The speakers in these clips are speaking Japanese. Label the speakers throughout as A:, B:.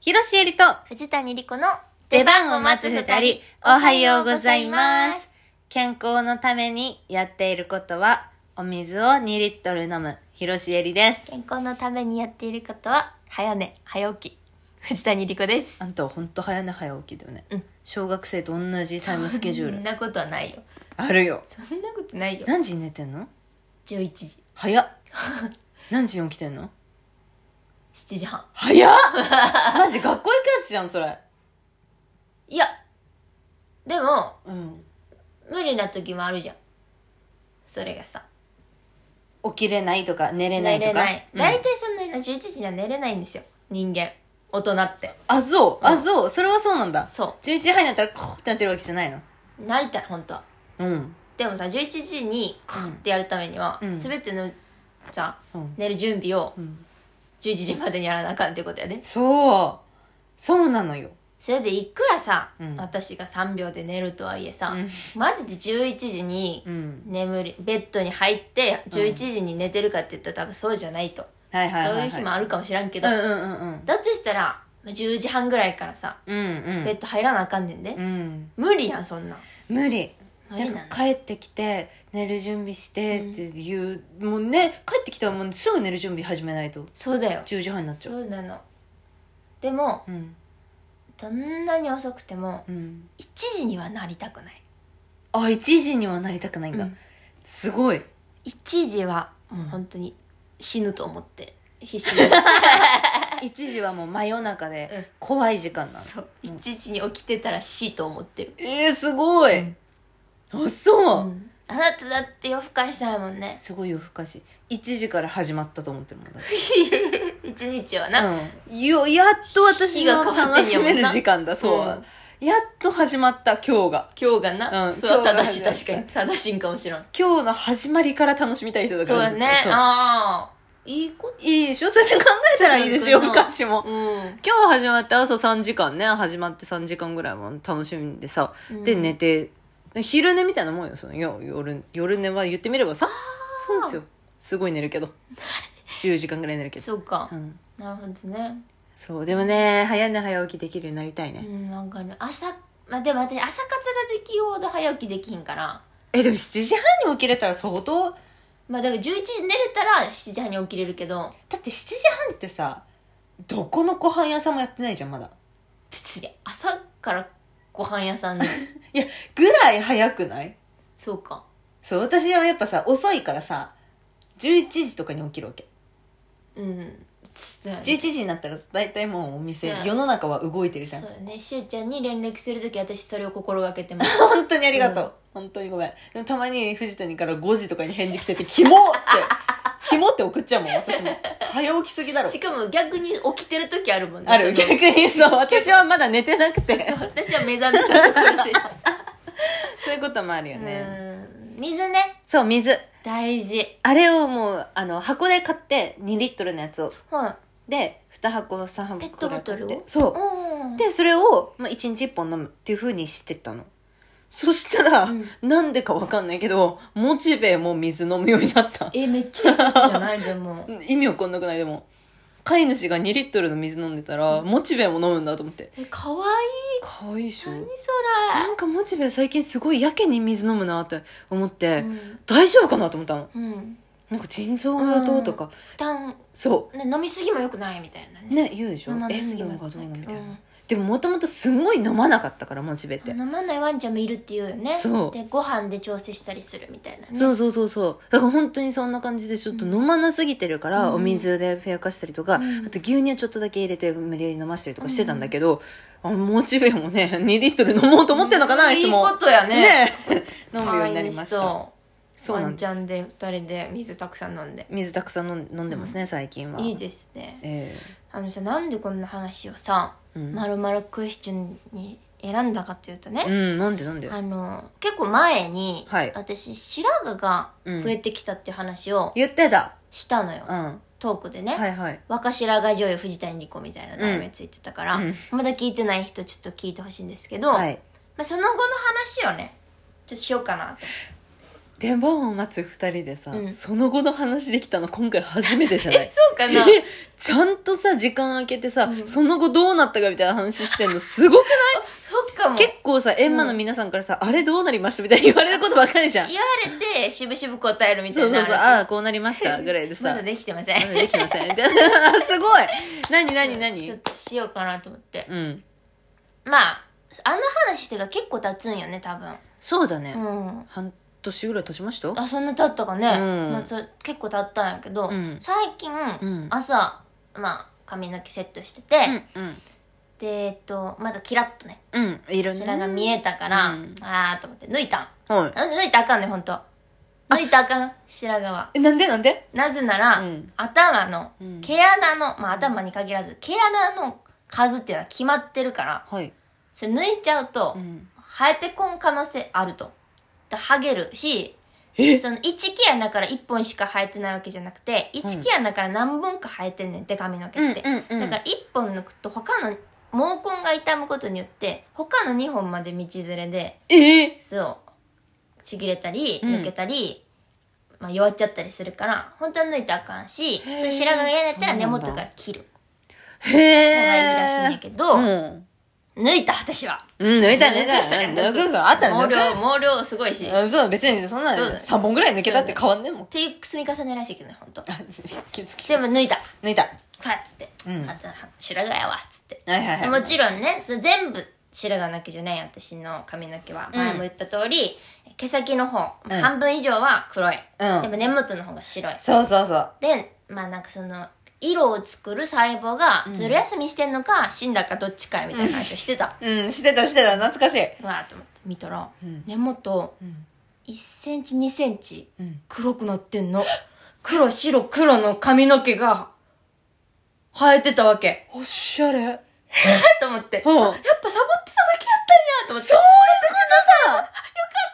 A: 広瀬えりと
B: 藤谷莉子の
A: 出番を待つ二人、おはようございます。。健康のためにやっていることは、お水を2リットル飲む、広瀬えりです。
B: 健康のためにやっていることは、早寝、早起き。藤谷莉子です。
A: あんたはほんと早寝早起きだよね。
B: うん
A: 小学生と同じタイムスケジュ
B: そ
A: ー
B: ん
A: ル。
B: なことはないよ。
A: あるよ。
B: そんなことないよ。
A: 何時に寝てんの
B: 11時、
A: 早 っ。何時に起きてんの
B: 7時半。
A: 早っ マジ学校行くやつじゃん、それ。
B: いや、でも、
A: うん。
B: 無理な時もあるじゃん。それがさ。
A: 起きれないとか、寝れな
B: 寝
A: いと
B: れ
A: か。
B: ない。
A: うん
B: 大体そんな11時には寝れないんですよ。人間。大人って。
A: あ、そう、あ、そう、それはそうなんだ。
B: そ
A: 11時半になったら、こうってなってるわけじゃないの。
B: う。なりたい、本当は。
A: うん。
B: でもさ11時にカッてやるためには、
A: うん
B: 全てのさ
A: うん。
B: 寝る準備を
A: うん
B: 11時までにやらなあかんっていうことやね
A: そう。そうなのよ。
B: それでいくらさ、
A: うん
B: 私が3秒で寝るとはいえさ、
A: うん
B: マジで11時に
A: うん。
B: 眠りベッドに入って11時に寝てるかって言ったら多分そうじゃないと、
A: はいはいはい、はい。
B: そういう日もあるかもしらんけ
A: う
B: ど、
A: んうんうんうん。
B: だとしたらまあ10時半ぐらいからさ
A: うんうん。
B: ベッド入らなあかんねんで、
A: うん。
B: 無理やんそんなん
A: 無理。
B: 無理なの
A: だから帰ってきて、寝る準備してっていう、もうね、帰ってきたらもうすぐ寝る準備始めないと、
B: そうだよ
A: 10時半になっちゃ。
B: そううなのでも
A: うん。
B: どんなに遅くても
A: うん。
B: 1時にはなりたくない
A: あ、1時にはなりたくないんだ。
B: うん
A: すご い。
B: 1時はもう
A: うん
B: 本当に死ぬと思って 必死に
A: 1時はもう真夜中
B: うん
A: で、怖い時間なの。
B: そう1時に起きてたら死と思ってる、
A: えー、すごい。あ、そう。
B: うんあなただって夜更かしたいもんね
A: すごい夜更かし1時から始まったと思ってるもんだって
B: 1日はな、
A: うん、よやっと私が
B: 日が変わっ
A: 楽
B: てんや
A: し
B: もんな
A: める時間だそう、やっと始まった今日が
B: 今日がな、
A: うん
B: それは正しい
A: 今
B: 確
A: 日
B: か
A: が
B: に正しいんかもしらん
A: 今日の始まりから楽しみたい人だか
B: そう
A: ら
B: だね
A: そう
B: ああいいこと
A: いいでしょそうやって考えたらいいでしょ
B: そう
A: 夜
B: な
A: 更
B: の
A: かしも
B: うん
A: 今日始まって朝3時間ね始まって3時間ぐらいも楽しんでさ、
B: うん
A: で寝て昼寝みたいなもんよそのよ夜夜寝は言ってみればさそうですよすごい寝るけ ど10時間ぐらい寝るけど
B: そうか、
A: うん
B: なるほどね
A: そうでもね早寝早起きできるようになりたいうね、
B: んわかる朝まあでも私朝活ができるほど早起きできひんから
A: えでも7時半に起きれたら相当だ
B: まあだから11時に寝れたら7時半に起きれるけど
A: って7時半ってさどこのご飯屋さんもやってないじゃんまだ
B: 別に朝からご飯屋さん に
A: いやぐらい早くない
B: そうか
A: そう私はやっぱさ遅いからさ11時とかに起きるわけ
B: うんそうや
A: 11
B: ね
A: 時になったら大体もうお店
B: そう
A: 世の中は動いてるじゃん
B: そうやねしゅうちゃんに連絡するとき私それを心がけてます
A: 本当にありがとう、本当にごめんでもたまに藤谷から5時とかに返事来てて「キモ!」って 「キモ!」って送っちゃうもん私も早起きすぎだろ
B: しかも逆に起きてるときあるもんね
A: ある
B: そ
A: 逆
B: の
A: にそう私はまだ寝てなく て
B: 私は目覚めたところで
A: そういうこともある よね。
B: うん水ね
A: そう、水。
B: 大事
A: あれをもう、あの、箱で買って、2リットルのやつを。
B: は
A: で、2箱、3箱
B: ペットボトル
A: くらい買っ
B: を
A: てそう。
B: うん
A: で、それを、まあ、1日1本飲むっていう風にしてたの。そしたら、
B: うん
A: なんでかわかんないけど、モチベも水飲むようになった。
B: えめっちゃいいことじゃないでも
A: 意味わかんなくないでも。飼い主が2リットルの水飲んでたら、モチベも飲むんだと思って。
B: えかわいい
A: かわいいでしょ
B: 何
A: な
B: そ
A: んかモチベ最近すごいやけに水飲むなって思って、
B: れうん、
A: 大丈夫かなと思ったの。
B: うん、
A: なんか腎臓がどうとか、
B: 負担、
A: そ
B: ね、飲みすぎもよくないみたいな
A: う
B: ね
A: ね言うでしょ
B: 飲まなす
A: 塩
B: ぎも
A: 分
B: よ
A: が
B: く
A: どう
B: ない
A: の
B: け
A: み
B: ど
A: たいな、でももともとすごい飲まなかったからモチベって、
B: 飲まないワンちゃんもいるっていうよね
A: そう
B: でご飯で調整したりするみたいなね
A: そうそうそうそうだから本当にそんな感じでちょっと飲まなすぎてるから、
B: うん
A: お水でふやかしたりとか、
B: うん
A: あと牛乳ちょっとだけ入れて無理やり飲ましたりとかしてたんだけど、あモチベもね2リットル飲もうと思ってんのかな、いつも
B: いいことやね
A: ね 飲むようになりました
B: 飼い主と
A: そう
B: ワ
A: な
B: ン
A: ん
B: ち
A: で
B: ゃ
A: す
B: んで二人で水たくさん飲んで
A: 水たくさん飲ん飲んでますね、最近はい
B: いですね
A: え
B: あのさなんでこんな話をさ
A: えうん、
B: まるまるクエスチョンに選んだかというと
A: う
B: ね、
A: んなんでなんで
B: あの結構前に、
A: はい
B: 私白髪が増えてきたっていう話を
A: 言ってた
B: したのよ、
A: うんは
B: トークでね、
A: いはい
B: 若白髪女優藤谷莉子みたいな題名ついてたから、
A: うん
B: まだ聞いてない人ちょっと聞いてほしいんですけど、
A: はい
B: まあ、その後の話をねちょっとしようかなと
A: 出番を待つ2人でさ、
B: うん
A: その後の話できたの今回初めてじゃな
B: え
A: い
B: そう かな
A: えちゃんとさ時間空けてさ、
B: うん
A: その後どうなったかみたいな話してんのすごくない
B: そっかも
A: 結構さエンマの皆さんからさ、あれどうなりましたみたいに言われることばっかりじゃん
B: 言われて渋々答えるみ
A: そ
B: たいう
A: そう
B: な
A: そうああこうなりま したぐらいでさ
B: まだできてません
A: まだできませ んみ たいなあすごい何何
B: ちょっ
A: 何
B: としようかなと思って
A: うん
B: まああの話してが結構経つんよね多分
A: そうだね、
B: うん
A: 半年ぐらい経ちました
B: あそんな経ったかね、
A: うん
B: まあ、それ結構経ったんやけど、
A: うん
B: 最近、
A: ん
B: 朝まあ髪の毛セットしてて、
A: うん
B: でえっとまだキラッとね
A: うん色ね
B: 白が見えたから、
A: うん
B: ああと思って抜いたん
A: はい
B: あ抜いたらあかんねほんと抜いたらあかん白髪は
A: えなんでなんで
B: なぜなら、
A: うん
B: 頭の
A: うん
B: 毛穴の、まあ頭に限らず毛穴の数っていうのは決まってるから
A: はい、
B: それ抜いちゃうと、
A: うん、
B: 生えてこん可能性あると。でハゲるし、
A: え
B: その1毛穴から1本しか生えてないわけじゃなくて、1毛穴から何本か生えてんねんって髪の毛って。
A: うんうんうん
B: だから1本抜くと他の毛根が傷むことによって、他の2本まで道連れで、
A: え
B: そう、ちぎれたり、
A: うん
B: 抜けたり、まあ弱っちゃったりするから、本当は抜いたらあかん
A: へ
B: し、
A: ー
B: それ白髪が嫌だったら根
A: そ
B: 元
A: う
B: か
A: なん
B: ら切る。
A: ー、へ
B: のがいいらしいんや
A: え
B: けど、
A: うん
B: 抜いた私は。
A: うん抜いた抜いた
B: 抜くしかない
A: 抜くぞあったら抜
B: 毛
A: く
B: 量、毛量すごいし。
A: うんそう別にそんな
B: そうだね
A: 3本ぐらい抜けたって変わんねんもん
B: っていう積み重ねらしいけどね本当。
A: あ気づき
B: でも抜いた
A: 抜いた
B: かっつって、
A: うん
B: あと白髪やわっつって、
A: はいはいはい
B: もちろんねその全部白髪だけじゃない私の髪の毛は
A: うん
B: 前も言った通り、毛先の方、
A: うん
B: 半分以上は黒い、
A: うん
B: でも根元の方が白い
A: そうそうそう
B: でまあなんかその色を作る細胞がずる休みしてんのか、死んだかどっちかみたいな話をしてた、
A: うんしてたしてた懐かしいう
B: わーと思って見たら、
A: うん
B: 根元
A: うん
B: 1センチ2センチ
A: うん
B: 黒くなってんの。黒、白、黒の髪の毛が生えてたわけ。
A: おしゃれ
B: えと思って。
A: うん
B: あやっぱサボってただけやったんやと思って。そういうことだよかっ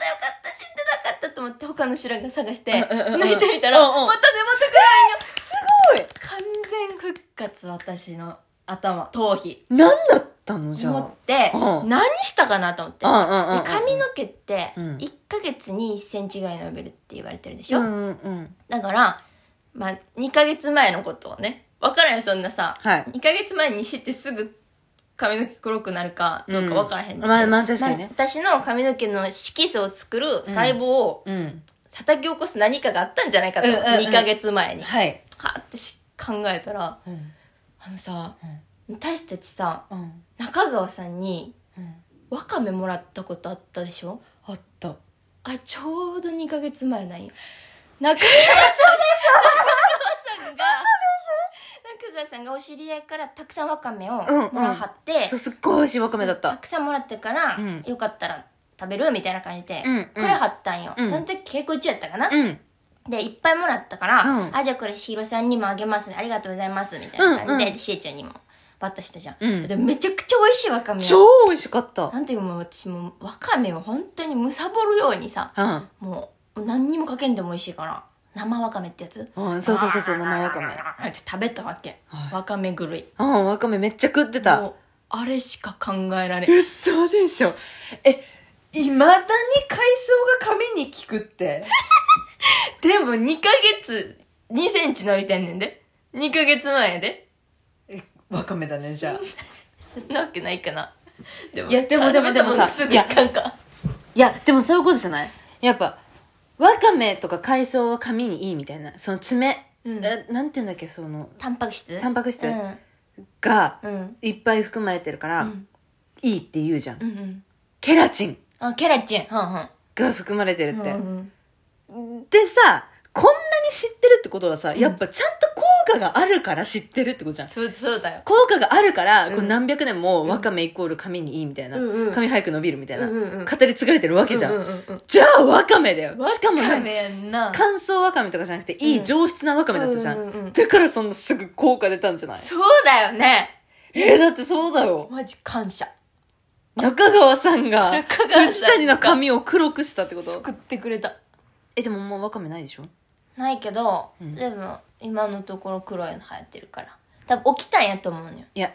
B: たよかった、死んでなかったと思って他の白髪探して、
A: うんうんうん
B: 抜いてみたら、
A: うんうん
B: また根元く
A: すごい
B: らいの。完全復活、私の頭、頭皮。
A: 何だったのじゃ
B: 思
A: あ
B: って、
A: うん
B: 何したかなと思って。
A: うんうんうんうん
B: で髪の毛って、
A: うん
B: 1ヶ月に1センチぐらい伸びるって言われてるでしょ、
A: うんうん
B: だから、まあ、2ヶ月前のことをね。わからんよ、そんなさ。
A: はい
B: 2ヶ月前に知ってすぐ髪の毛黒くなるかどうかわからへんねんけど、
A: うんまあまあ確かにね
B: まあ私の髪の毛の色素を作る細胞を
A: うんうん
B: 叩き起こす何かがあったんじゃないかと。
A: うんうんうん
B: 2ヶ月前に。は
A: はい
B: ーってし考えたら、
A: うん
B: あのさ、私たちさ、
A: うん
B: 中川さんに
A: うん
B: ワカメもらったことあったでしょ
A: あった
B: あれちょうど2ヶ月前なんよ中川さんが中川さんがお知り合いからたくさんわかめをも
A: うんうん
B: らはって、
A: そうすっごい美味しいわかめだっ
B: そう
A: た
B: くさんもらってから、
A: うん
B: よかったら食べるみたいな感じで、
A: うんうん
B: これはったんよ、
A: うん
B: その時稽古中やったかな、
A: うん
B: でいっぱいもらったから、
A: うん
B: あじゃあこれひろさんにもあげますありがとうございますみたいな感じで,、
A: うんうん
B: でしえちゃんにも渡したじゃん、
A: うん
B: でめちゃくちゃ美味しいわかめ
A: 超美味しかった
B: なんていうかもう私もうわかめを本当にむさぼるようにさ、
A: うん
B: もう何にもかけんでも美味しいから生わかめってやつ
A: うんそうそうそうそう生わかめ
B: め食べたわけ、
A: はい
B: わかめ狂い
A: うんわかめめっちゃ食ってた
B: もうあれしか考えられん
A: 嘘でしょえいまだに海藻が髪に効くって
B: でも2ヶ月2センチ伸びてんねんで2ヶ月前やで
A: えわかめだねじゃあ
B: そんなわけないかなでも
A: いやでもでもでもさ
B: 食べたものすぐいかんか
A: いやでもそういうことじゃないやっぱわかめとか海藻は髪にいいみたいなその爪、
B: うん
A: えなんていうんだっけその
B: タンパク質
A: タンパク質
B: うん
A: が
B: うん
A: いっぱい含まれてるから、
B: うん
A: いいって言うじゃん、
B: うんうん
A: ケラチン
B: あケラチンはんはん
A: が含まれてるって、
B: うんうん
A: でさこんなに知ってるってことはさ、やっぱちゃんと効果があるから知ってるってことじゃん
B: そうそうだよ
A: 効果があるから、
B: うん
A: こう何百年もわかめイコール髪にいいみたいな、
B: うんうん
A: 髪早く伸びるみたいな、
B: うんうんうん
A: 語り継がれてるわけじゃん、
B: うんうんうん
A: じゃあわかめだよ
B: うん
A: しかも
B: わか
A: なんか
B: めやんな
A: 乾燥わかめとかじゃなくていい上質なわかめだったじゃん,、
B: うんうんうん
A: だからそんなすぐ効果出たんじゃない
B: そうだよね
A: えー、だってそうだよ
B: マジ感謝
A: 中川さんが
B: 中川
A: 藤
B: さ
A: 谷
B: ん
A: の髪を黒くしたってこと
B: 救ってくれた
A: えでももうわかめないでしょ
B: ないけど、
A: うん
B: でも今のところ黒いの流行ってるから多分起きたんやと思うのよ
A: いや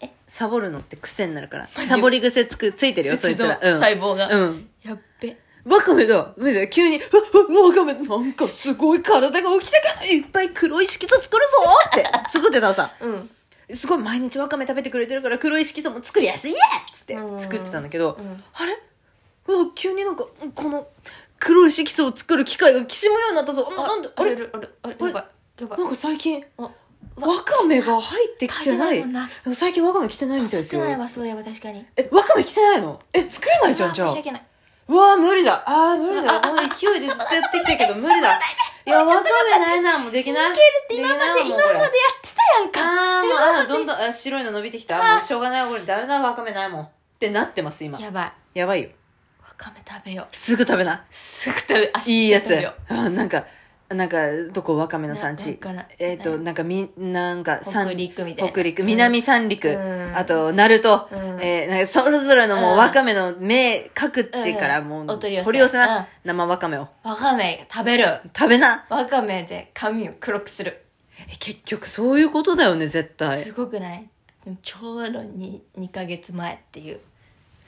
B: え
A: サボるのって癖になるから
B: ジ
A: サボり癖つくついてるよ
B: う
A: そい
B: ち
A: つ
B: の
A: らうん
B: 細胞が、
A: うん
B: やっべ
A: うわかめだみたいな、急に、うわ、うわ、わかめ、なんかすごい体が起きたから、いっぱい黒い色素作るぞって、作ってたのさ。
B: うん
A: すごい毎日わかめ食べてくれてるから黒い色素も作りやすいやっつって作ってたんだけど、
B: うん
A: あれうわ急になんかこの黒い色素を作る機械がきしむようになったぞななんであ
B: あ
A: れ
B: れあれあれあれやばいやばい
A: なんか最近
B: あ
A: わかめが入ってきてない
B: 入ってないもんな
A: 最近わかめ来てないみたいです
B: 少
A: よ
B: ないわそういえば確かに
A: えわかめ来てないのえ作れないじゃんじゃ
B: うわ
A: あ
B: 申し訳ないう
A: わ無理だあー無理だ
B: あ
A: この勢いでずっとやってきたけど無理だいやわかめないならもうできない
B: いけるって今まで
A: きない
B: 今
A: わも
B: ま
A: うこれ
B: でやってたやんか
A: あーもう
B: 今ま
A: あー
B: で
A: どん どんあ白いの伸びてきた
B: あー
A: もうしょうがない俺だめなわかめないもんってなってます今や
B: やばい
A: ばいよ
B: わかめ食べよう
A: すぐ食べな
B: すぐ食べ足
A: いいやつ
B: 食べよう
A: あ なんかなんかどこわかめの産
B: な
A: 地
B: んかな
A: えっ、となんかみなんか三
B: 北陸みたいな
A: 北陸南三陸、
B: うん
A: あと鳴門、
B: うん
A: えーなんかそれぞれのもう
B: うん
A: わかめの名各地から
B: うん
A: もう
B: お取り寄せ
A: 取り寄せな、
B: うん
A: 生わかめを
B: わかめ食べる
A: 食べな
B: わかめで髪を黒くする
A: え結局そういうことだよね絶対
B: すごくないでもちょうどに2ヶ月前っていう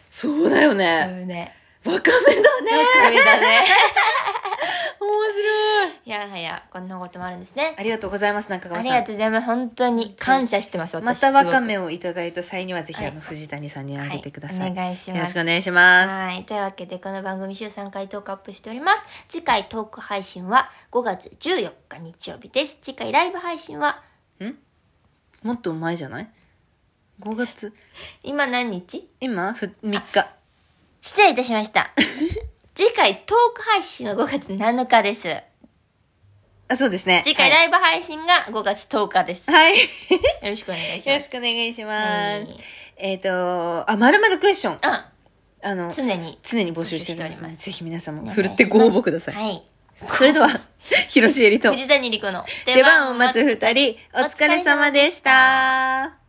A: そうだよ
B: そう
A: ね
B: いうね
A: わかめだね
B: わかめ だね
A: 面白い
B: いやはやこんなこともあるんですね
A: ありがとうございます、中
B: あ
A: 川
B: り
A: さ
B: が
A: ん。
B: とうございます本当に感謝してます私
A: またわか
B: す
A: めをいただいた際には、ぜひ、
B: はい
A: あの、藤谷さんにあげてください。
B: はいお願いします
A: よろしくお願いしま
B: はい。というわけで、この番組週3回トークアップしております。次回トーク配信は5月14日日曜日です。次回ライブ配信は、
A: す。もっと前じゃない ?5 月、
B: 今何日
A: 今、ふ3日。
B: 失礼いたし ました。次回トーク配信は5月7日です。
A: あ、そうですね。
B: 次回ライブ配信が5月10日です。よ
A: はい。はい。
B: ろしくお願いし
A: よ
B: ま
A: ろ
B: す
A: し。くお願いし
B: は
A: ます
B: い。
A: えっ、と、あ、まるまるクエスチョン。
B: あ、
A: あの、
B: 常に。
A: 常に募集しており
B: 募集しており
A: ま
B: ます
A: す。ぜひ皆さん
B: お願
A: も、
B: い
A: ふるってご応募くだ
B: し
A: さい。
B: ますはい。
A: それでは、広瀬えりと、
B: 藤谷莉子の
A: 出番を待つ二人、お疲れ様でした。